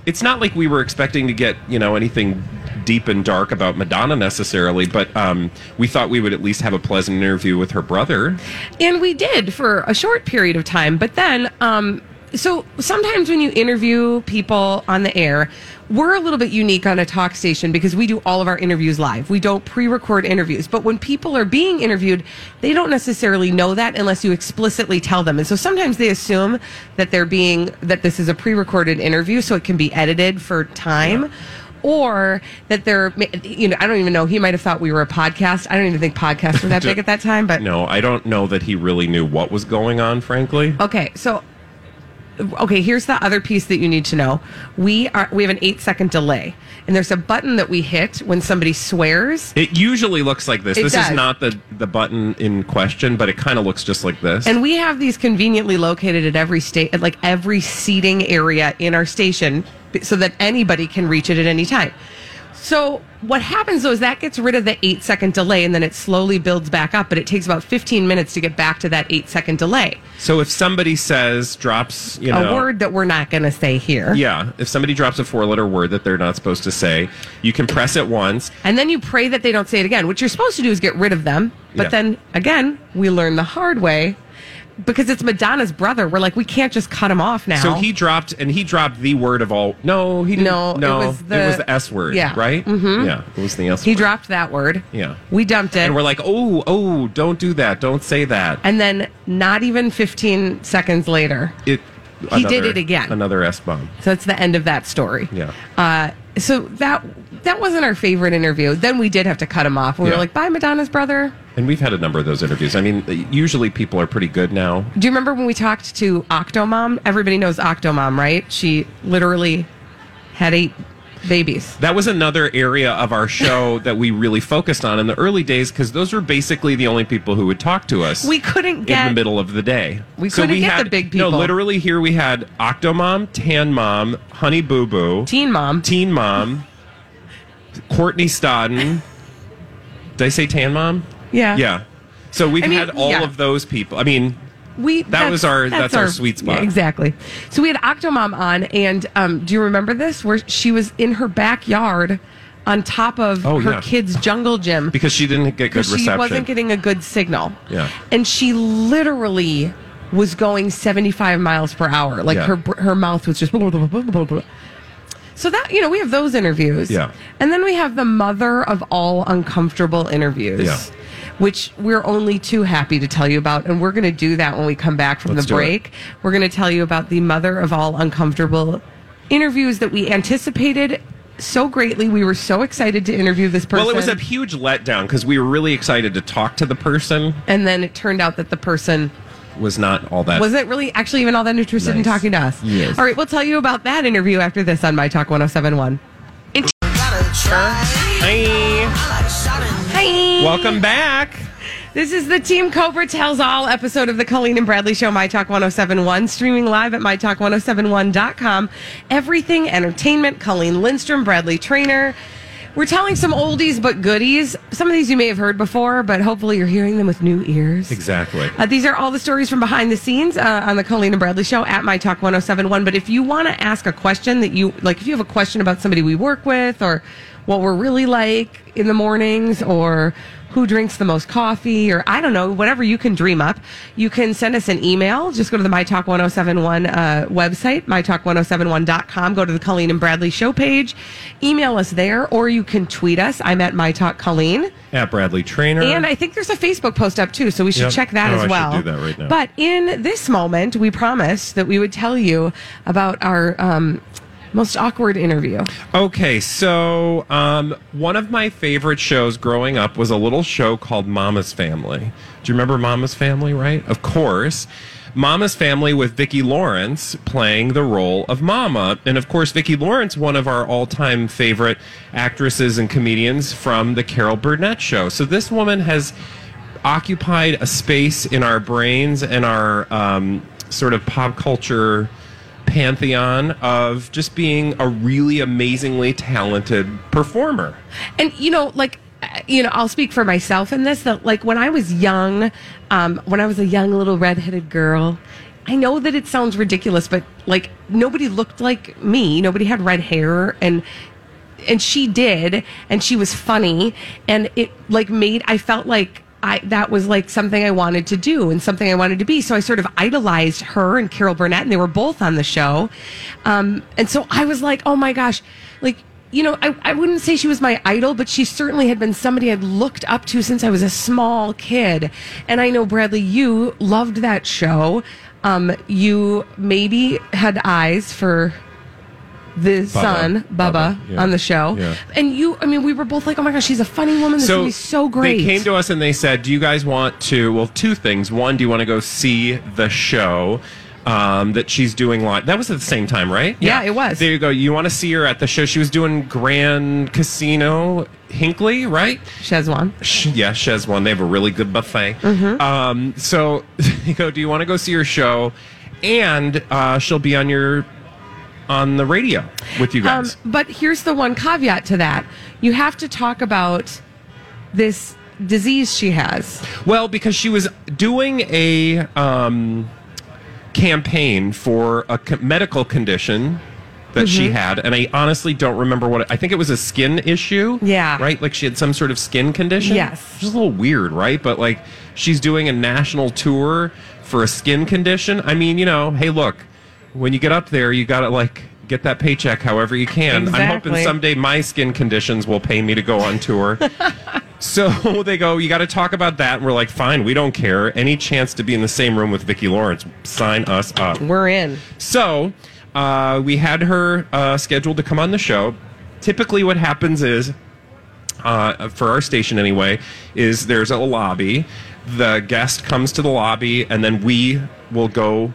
B: it's not like we were expecting to get you know anything deep and dark about Madonna necessarily, but um, we thought we would at least have a pleasant interview with her brother.
E: And we did for a short period of time. But then, um, so sometimes when you interview people on the air, we're a little bit unique on a talk station because we do all of our interviews live. We don't pre record interviews. But when people are being interviewed, they don't necessarily know that unless you explicitly tell them. And so sometimes they assume that they're being, that this is a pre recorded interview, so it can be edited for time. Or that they're, you know, I don't even know. He might have thought we were a podcast. I don't even think podcasts
B: [LAUGHS]
E: were that big at that time, but
B: No, I don't know that he really knew what was going on, frankly.
E: Okay, so okay, here's the other piece that you need to know. We are we have an 8 second delay and there's a button that we hit when somebody swears
B: It usually looks like this.
E: It
B: this
E: does.
B: is not the, the button in question, but it kind of looks just like this.
E: and we have these conveniently located at every state at like every seating area in our station b- so that anybody can reach it at any time. So what happens though is that gets rid of the 8 second delay and then it slowly builds back up but it takes about 15 minutes to get back to that 8 second delay.
B: so if somebody says, drops, you know.
E: a word that we're not going to say here.
B: Yeah, if somebody drops a four letter word that they're not supposed to say, you can press it once.
E: And then you pray that they don't say it again. What you're supposed to do is get rid of them. But
B: Yeah.
E: then again, we learn the hard way because it's Madonna's brother. We're like, we can't just cut him off now.
B: So he dropped, and he dropped the word of all. No, he didn't.
E: No, it
B: no,
E: was the-
B: S word.
E: Yeah.
B: right. Mm-hmm. Yeah, it was the S.
E: He
B: word.
E: dropped that word.
B: Yeah.
E: We dumped it.
B: and we're like, oh, oh, don't do that, don't say that.
E: And then not even 15 seconds later.
B: it.
E: He did it again.
B: Another S bomb.
E: So that's the end of that story.
B: Yeah.
E: Uh, so that that wasn't our favorite interview. Then we did have to cut him off. We were
B: Yeah.
E: like, bye, Madonna's brother.
B: And we've had a number of those interviews. I mean, usually people are pretty good now.
E: Do you remember when we talked to Octomom? Everybody knows Octomom, right? She literally had eight babies.
B: That was another area of our
E: [LAUGHS]
B: show that we really focused on in the early days because those were basically the only people who would talk to us.
E: We couldn't get
B: in the middle of the day.
E: We couldn't get the big people.
B: No, literally here we had Octomom, Tan Mom, Honey Boo Boo,
E: Teen Mom.
B: Teen Mom, Courtney Stodden. Did I say Tan Mom?
E: Yeah.
B: Yeah. So we've
E: I mean,
B: had all
E: yeah.
B: of those people. I mean,
E: We
B: That was our- that's our sweet spot.
E: Yeah, exactly. So we had Octomom on, and um, do you remember this? Where she was in her backyard on top of
B: Oh,
E: her
B: yeah.
E: kids' jungle gym
B: because she didn't get good
E: because she
B: reception.
E: wasn't getting a good signal.
B: Yeah.
E: And she literally was going 75 miles per hour. Like
B: Yeah.
E: her br- her mouth was just blah, blah, blah, blah, blah. So that, you know, we have those interviews.
B: Yeah.
E: And then we have the mother of all uncomfortable interviews.
B: Yeah.
E: Which we're only too happy to tell you about. And we're going to do that when we come back from
B: Let's do
E: the
B: it.
E: break. We're going to tell you about the mother of all uncomfortable interviews that we anticipated so greatly. We were so excited to interview this person.
B: well, it was a huge letdown because we were really excited to talk to the person.
E: and then it turned out that the person
B: Was not all that.
E: wasn't really actually even all that interested in
B: Nice.
E: talking to us.
B: Yes.
E: All right, we'll tell you about that interview after this on My Talk 1071.
B: Hi.
E: Hi.
B: Welcome back.
E: This is the Team Cobra Tells All episode of the Colleen and Bradley Show, My Talk 1071, streaming live at MyTalk1071.com. Everything entertainment, Colleen Lindstrom, Bradley Trainer. We're telling some oldies but goodies. Some of these you may have heard before, but hopefully you're hearing them with new ears.
B: Exactly.
E: Uh, these are all the stories from behind the scenes uh, on the Colleen and Bradley show at My Talk 1071. But if you want to ask a question that you like, if you have a question about somebody we work with or what we're really like in the mornings or who drinks the most coffee or I don't know, whatever you can dream up, you can send us an email. Just go to the My Talk 1071 uh, website, mytalk1071.com. Go to the Colleen and Bradley show page, email us there, or you can tweet us. I'm at My Talk Colleen.
B: At Bradley Trainer.
E: And I think there's a Facebook post up too, so we should
B: Yep.
E: check that
B: Oh, I
E: as
B: should
E: well.
B: do that right now.
E: But in this moment, we promised that we would tell you about our um, most awkward interview.
B: Okay, so um, one of my favorite shows growing up was a little show called Mama's Family. Do you remember Mama's Family, right? Of course. Mama's Family with Vicki Lawrence playing the role of Mama. And of course, Vicki Lawrence, one of our all time favorite actresses and comedians from The Carol Burnett Show. So this woman has occupied a space in our brains and our um, sort of pop culture pantheon of just being a really amazingly talented performer.
E: and you know like uh, you know i'll speak for myself in this that like when i was young um, when i was a young little redheaded girl i know that it sounds ridiculous but like nobody looked like me nobody had red hair and and she did, and she was funny, and it like made I felt like I that was like something I wanted to do and something I wanted to be. So I sort of idolized her and Carol Burnett, and they were both on the show, um, and so I was like, oh my gosh, like. You know, I, I wouldn't say she was my idol, but she certainly had been somebody I'd looked up to since I was a small kid. And I know, Bradley, you loved that show. Um, you maybe had eyes for the son, Bubba,
B: Bubba, yeah.
E: on the show.
B: Yeah.
E: And you, I mean, we were both like, oh my gosh, she's a funny woman. This movie's so great.
B: They came to us and they said, "Do you guys want to? Well, two things. One, do you want to go see the show?" Um, that she's doing live. That was at the same time, right?
E: Yeah, it was.
B: There you go. You want to see her at the show? She was doing Grand Casino Hinkley, right?
E: Shezwan.
B: Sh- yeah, Chez one. They have a really good buffet. Um, so, [LAUGHS] you go. Do you want to go see her show? And uh, she'll be on your on the radio with you
E: Um,
B: guys.
E: but here's the one caveat to that you have to talk about this disease she has.
B: Well, because she was doing a um, campaign for a co- medical condition that
E: Mm-hmm.
B: she had, and I honestly don't remember what. It, I think it was a skin issue.
E: Yeah.
B: Right. Like she had some sort of skin condition.
E: Yes.
B: Which is a little weird, right? But like she's doing a national tour for a skin condition. I mean, you know, hey, look, when you get up there, you gotta like. Get that paycheck however you can. I'm
E: Exactly.
B: hoping someday my skin conditions will pay me to go on tour. So [LAUGHS] they go, you got to talk about that. And we're like, fine, we don't care. Any chance to be in the same room with Vicki Lawrence, sign us up.
E: We're in.
B: So uh, we had her uh, scheduled to come on the show. Typically, what happens is, uh, for our station anyway, is there's a lobby. The guest comes to the lobby, and then we will go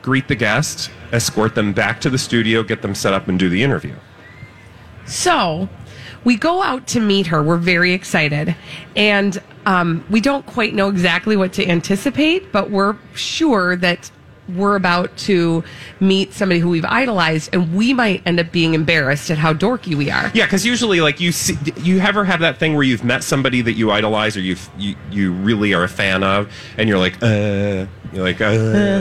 B: greet the guest, escort them back to the studio, get them set up, and do the interview.
E: So we go out to meet her. We're very excited. And um, we don't quite know exactly what to anticipate, but we're sure that we're about to meet somebody who we've idolized and we might end up being embarrassed at how dorky we are.
B: Yeah, because usually, like you see, you ever have that thing where you've met somebody that you idolize or you've, you you really are a fan of, and you're like, uh, you're like, uh,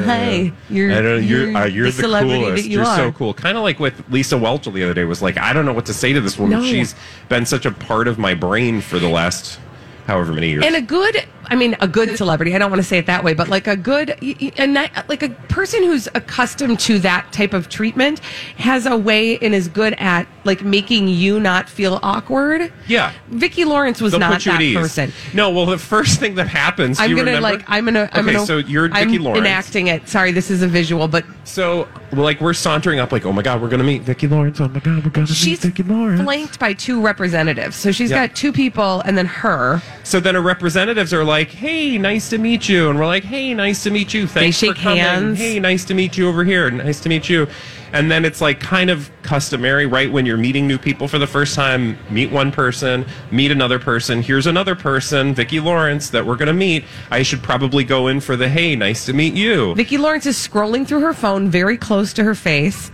E: hey, you're-
B: I don't, you're,
E: you're
B: uh, you're
E: the
B: the,
E: celebrity
B: coolest.
E: that you
B: are so
E: are."
B: cool. Kind of like with Lisa Welch the other day was like, I don't know what to say to this woman.
E: No.
B: She's been such a part of my brain for the last however many years.
E: and a good i mean a good celebrity i don't want to say it that way but like a good y- y- and that- like a person who's accustomed to that type of treatment has a way and is good at like making you not feel awkward
B: Yeah.
E: vicki lawrence was
B: They'll
E: not
B: put you at
E: that
B: ease.
E: person
B: No, well, the first thing that happens, do
E: I'm
B: you
E: gonna
B: remember?
E: like I'm gonna I'm
B: okay,
E: gonna
B: so you're
E: I'm
B: Dickie Lawrence.
E: enacting it. Sorry, this is a visual, but
B: So, like, we're sauntering up, like, oh my god, we're gonna meet Vicki Lawrence. Oh my god, we're gonna meet
E: she's
B: Vicki Lawrence.
E: flanked by two representatives. So she's
B: Yeah.
E: got two people and then her.
B: So then our representatives are like, "Hey, nice to meet you," and we're like, "Hey, nice to meet you. Thanks
E: shake
B: for coming.
E: hands.
B: Hey, nice to meet you over here. Nice to meet you." And then it's like kind of customary, right? When you're meeting new people for the first time, meet one person, meet another person. Here's another person, Vicki Lawrence, that we're gonna meet. I should probably go in for the "Hey, nice to meet you."
E: Vicki Lawrence is scrolling through her phone very close to her face.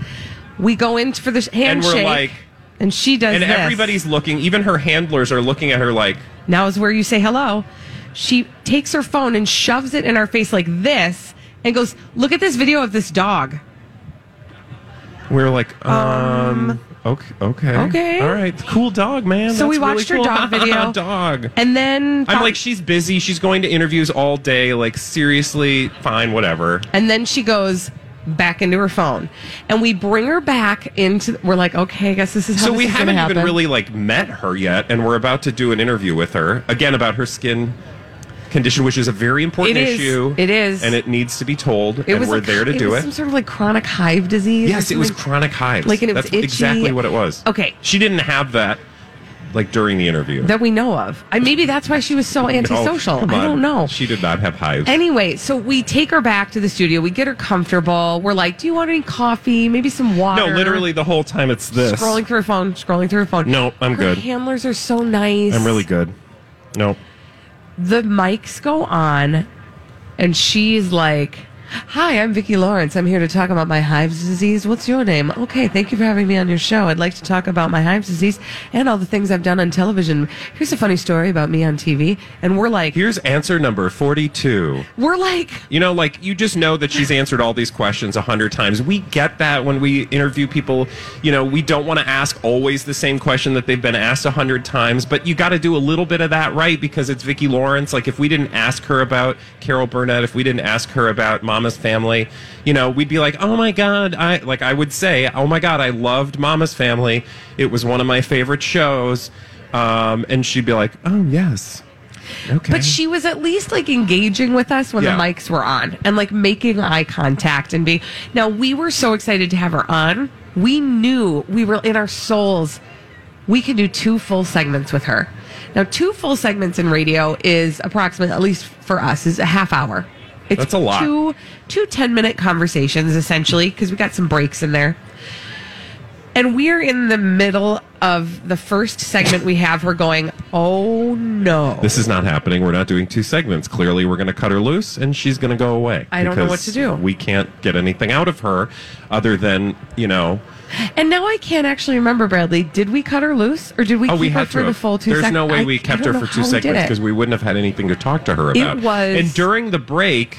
E: We go in for the sh-
B: we're
E: handshake.
B: like-
E: and she does
B: and
E: this.
B: everybody's looking. Even her handlers are looking at her like,
E: Now is where you say hello. She takes her phone and shoves it in our face like this and goes, Look at this video of this dog.
B: "We're like, um." Okay. Okay.
E: okay.
B: All right. Cool dog, man.
E: So we
B: That's really
E: watched her
B: cool. [LAUGHS]
E: dog video.
B: dog.
E: And then
B: I'm like, she's busy. She's going to interviews all day. Like, seriously, fine, whatever.
E: and then she goes back into her phone. And we bring her back into we're like, okay, I guess this is how
B: So
E: this
B: we
E: is gonna
B: haven't even
E: happen."
B: really like met her yet, and we're about to do an interview with her again about her skin condition, which is a very important
E: It is.
B: issue.
E: It is.
B: and it needs to be told. and we're
E: like-
B: there to do
E: was
B: it.
E: Some sort of like chronic hive disease. or
B: yes, it was
E: something.
B: chronic hives.
E: Like, and it was
B: That's
E: itchy.
B: exactly what it was.
E: Okay.
B: she didn't have that like during the interview.
E: that we know of. I, maybe that's why she was so
B: No,
E: antisocial.
B: come
E: I
B: on.
E: don't know.
B: She did not have hives.
E: Anyway, so we take her back to the studio. We get her comfortable. We're like, "Do you want any coffee? Maybe some water?"
B: no, literally the whole time it's this.
E: scrolling through her phone, scrolling through her phone.
B: No, I'm
E: her
B: good.
E: Handlers are so nice.
B: I'm really good. No.
E: The mics go on, and she's like, Hi, I'm Vicki Lawrence. I'm here to talk about my Hives disease. What's your name? Okay, thank you for having me on your show. I'd like to talk about my Hives disease and all the things I've done on television. Here's a funny story about me on TV. And we're like,
B: Here's answer number 42.
E: we're like,
B: You know, like you just know that she's answered all these questions a hundred times. We get that when we interview people. You know, we don't want to ask always the same question that they've been asked a hundred times, but you got to do a little bit of that right because it's Vicki Lawrence. Like, if we didn't ask her about Carol Burnett, if we didn't ask her about Mama's Family, you know, we'd be like, oh my God. I like, I would say, oh my God, I loved Mama's Family. It was one of my favorite shows. Um, and she'd be like, oh, yes. Okay.
E: But she was at least like engaging with us when
B: Yeah.
E: the mics were on and like making eye contact and be. Now we were so excited to have her on. We knew we were in our souls. We could do two full segments with her. Now, two full segments in radio is approximately, at least for us, is a half hour. It's
B: That's a lot.
E: Two, two 10 minute conversations essentially because we got some breaks in there. And we're in the middle of the first segment we have her going, oh no.
B: this is not happening. We're not doing two segments. Clearly, we're going to cut her loose, and she's going to go away.
E: I don't know what
B: because
E: to do.
B: We can't get anything out of her other than you know.
E: And now I can't actually remember, Bradley. Did we cut her loose, or did we
B: oh,
E: keep
B: we
E: her
B: had
E: for
B: to.
E: the
B: have-
E: full two?
B: There's
E: sec-
B: no way
E: I-
B: we
E: I
B: kept
E: don't
B: her
E: know
B: for two
E: how we did
B: segments
E: it.
B: because we wouldn't have had anything to talk to her about.
E: was-
B: and during the break.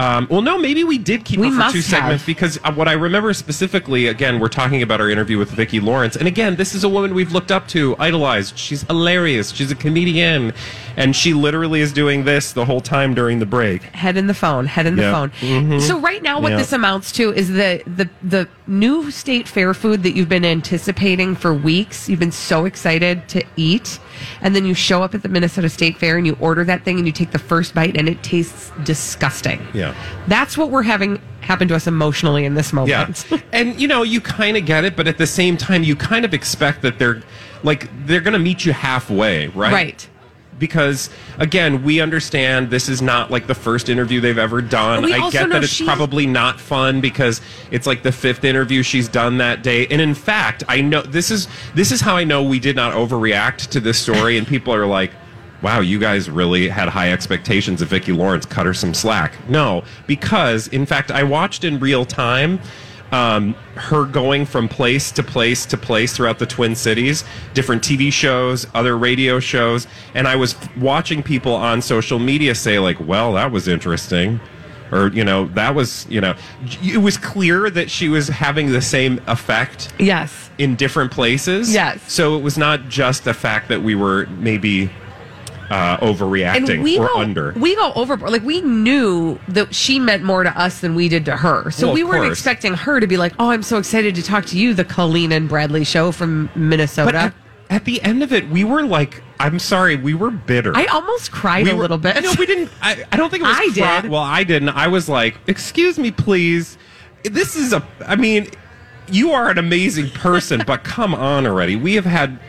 B: Um, well, no, maybe we did keep
E: We
B: her for
E: must
B: two segments
E: have.
B: because uh, what I remember specifically, again, we're talking about our interview with Vicki Lawrence, and again, this is a woman we've looked up to, idolized. She's hilarious. She's a comedian, and she literally is doing this the whole time during the break.
E: head in the phone, head in
B: Yeah. Mm-hmm.
E: the phone. So right now, what
B: Yeah.
E: this amounts to is the the the new state fair food that you've been anticipating for weeks. You've been so excited to eat, and then you show up at the Minnesota State Fair and you order that thing and you take the first bite and it tastes disgusting.
B: Yeah.
E: that's what we're having happen to us emotionally in this moment.
B: Yeah. and you know, you kind of get it, but at the same time, you kind of expect that they're like they're going to meet you halfway, right?
E: Right.
B: Because again, we understand this is not like the first interview they've ever done.
E: We
B: I
E: also
B: get
E: know
B: that it's
E: she-
B: probably not fun because it's like the fifth interview she's done that day. And in fact, I know this is this is how I know we did not overreact to this story and people are like Wow, you guys really had high expectations of Vicki Lawrence. Cut her some slack. No, because in fact, I watched in real time um, her going from place to place to place throughout the Twin Cities, different TV shows, other radio shows, and I was watching people on social media say like, "Well, that was interesting." Or you know that was you know it was clear that she was having the same effect
E: Yes.
B: in different places.
E: Yes.
B: So it was not just the fact that we were maybe uh, overreacting
E: and we
B: or
E: go,
B: under.
E: We go overboard. Like we knew that she meant more to us than we did to her. So
B: Well, of
E: we weren't
B: course.
E: expecting her to be like, "Oh, I'm so excited to talk to you, the Colleen and Bradley show from
B: but at,
E: Minnesota."
B: at the end of it, we were like, I'm sorry, we were bitter.
E: I almost cried
B: we
E: a
B: were-
E: little bit.
B: No, we didn't. I, I don't think it was.
E: I
B: cry-
E: did.
B: Well, I didn't. I was like, excuse me, please. This is a. I mean, you are an amazing person,
E: [LAUGHS]
B: but come on already. We have had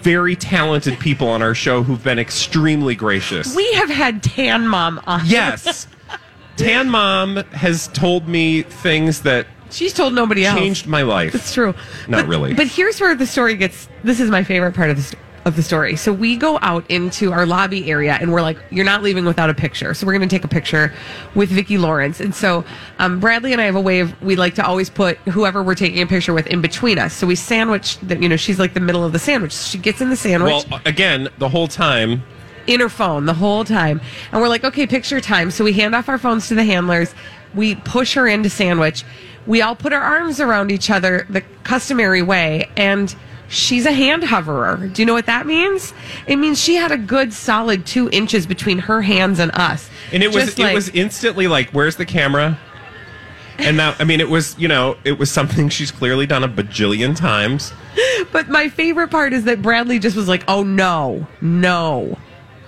B: very talented people on our show who've been extremely gracious.
E: [LAUGHS] We have had Tan Mom on. [LAUGHS]
B: Yes. Tan Mom has told me things that
E: she's told nobody else.
B: changed my life.
E: It's true.
B: Not
E: But-
B: really.
E: But here's where the story gets. This is my favorite part of the st- of the story. So we go out into our lobby area, and we're like, "You're not leaving without a picture." So we're going to take a picture with Vicki Lawrence. And so um, Bradley and I have a way of we like to always put whoever we're taking a picture with in between us. So we sandwich. The, you know, she's like the middle of the sandwich. She gets in the sandwich
B: well, again, the whole time,
E: in her phone the whole time. And we're like, okay, picture time. So we hand off our phones to the handlers. We push her into sandwich. We all put our arms around each other the customary way. And she's a hand hoverer. Do you know what that means? It means she had a good solid two inches between her hands and us.
B: and it was
E: Just like-
B: it was instantly like, "Where's the camera?" And that, I mean, it was you know, it was something she's clearly done a bajillion times.
E: But my favorite part is that Bradley just was like, "Oh no, no."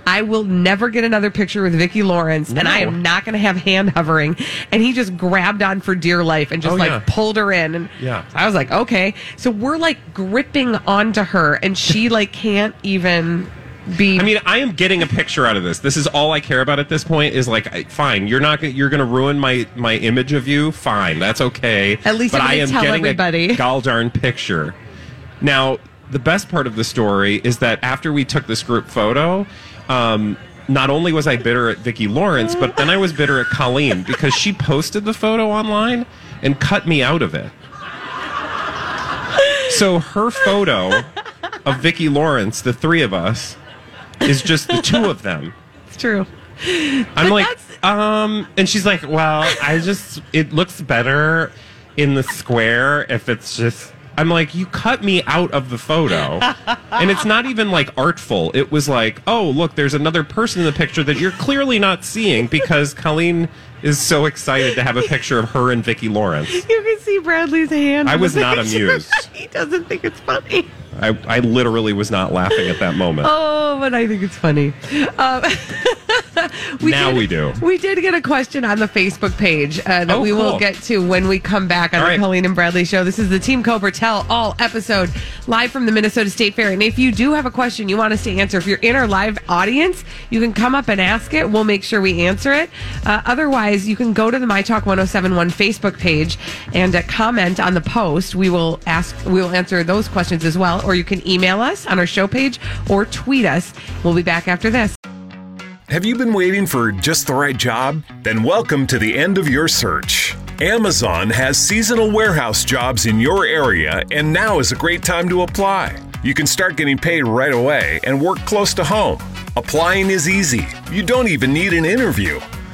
E: I will never get another picture with Vicki Lawrence, and I am not going to have hand hovering. And he just grabbed on for dear life and just
B: Oh,
E: like
B: yeah.
E: pulled her in. And
B: Yeah.
E: I was like, okay. So we're like gripping onto her, and
B: [LAUGHS]
E: she like can't even be.
B: I mean, I am getting a picture out of this. This is all I care about at this point. Is like, I- fine, you're not, gonna- you're going to ruin my my image of you. Fine, that's okay.
E: At least
B: but
E: I'm
B: I
E: gonna
B: am
E: tell
B: getting a
E: everybody. [LAUGHS]
B: gall darn picture. Now, the best part of the story is that after we took this group photo, um, not only was I bitter at Vicki Lawrence, but then I was bitter at Colleen because she posted the photo online and cut me out of it. So her photo of Vicki Lawrence, the three of us, is just the two of them.
E: It's true.
B: I'm like, um, and she's like, well, I just, it looks better in the square if it's just. I'm like, you cut me out of the photo. and it's not even like artful. It was like, oh, look, there's another person in the picture that you're clearly not seeing because Colleen is so excited to have a picture of her and Vicki Lawrence.
E: You can see Bradley's hand.
B: I
E: in the
B: was not
E: picture.
B: amused.
E: [LAUGHS] he doesn't think it's funny.
B: I, I literally was not laughing at that moment.
E: Oh, but I think it's funny. Um, [LAUGHS]
B: Now we do.
E: We did get a question on the Facebook page uh, that
B: Oh,
E: we will
B: cool.
E: get to when we come back on
B: All
E: the
B: right.
E: Colleen and Bradley show. This is the Team Cobra Tell All episode live from the Minnesota State Fair. And if you do have a question you want us to answer, if you're in our live audience, you can come up and ask it. We'll make sure we answer it. Uh, otherwise, you can go to the My Talk 1071 Facebook page and uh, comment on the post. We will ask, we will answer those questions as well. Or you can email us on our show page or tweet us. We'll be back after this.
G: Have you been waiting for just the right job? Then welcome to the end of your search. Amazon has seasonal warehouse jobs in your area, and now is a great time to apply. You can start getting paid right away and work close to home. Applying is easy, you don't even need an interview.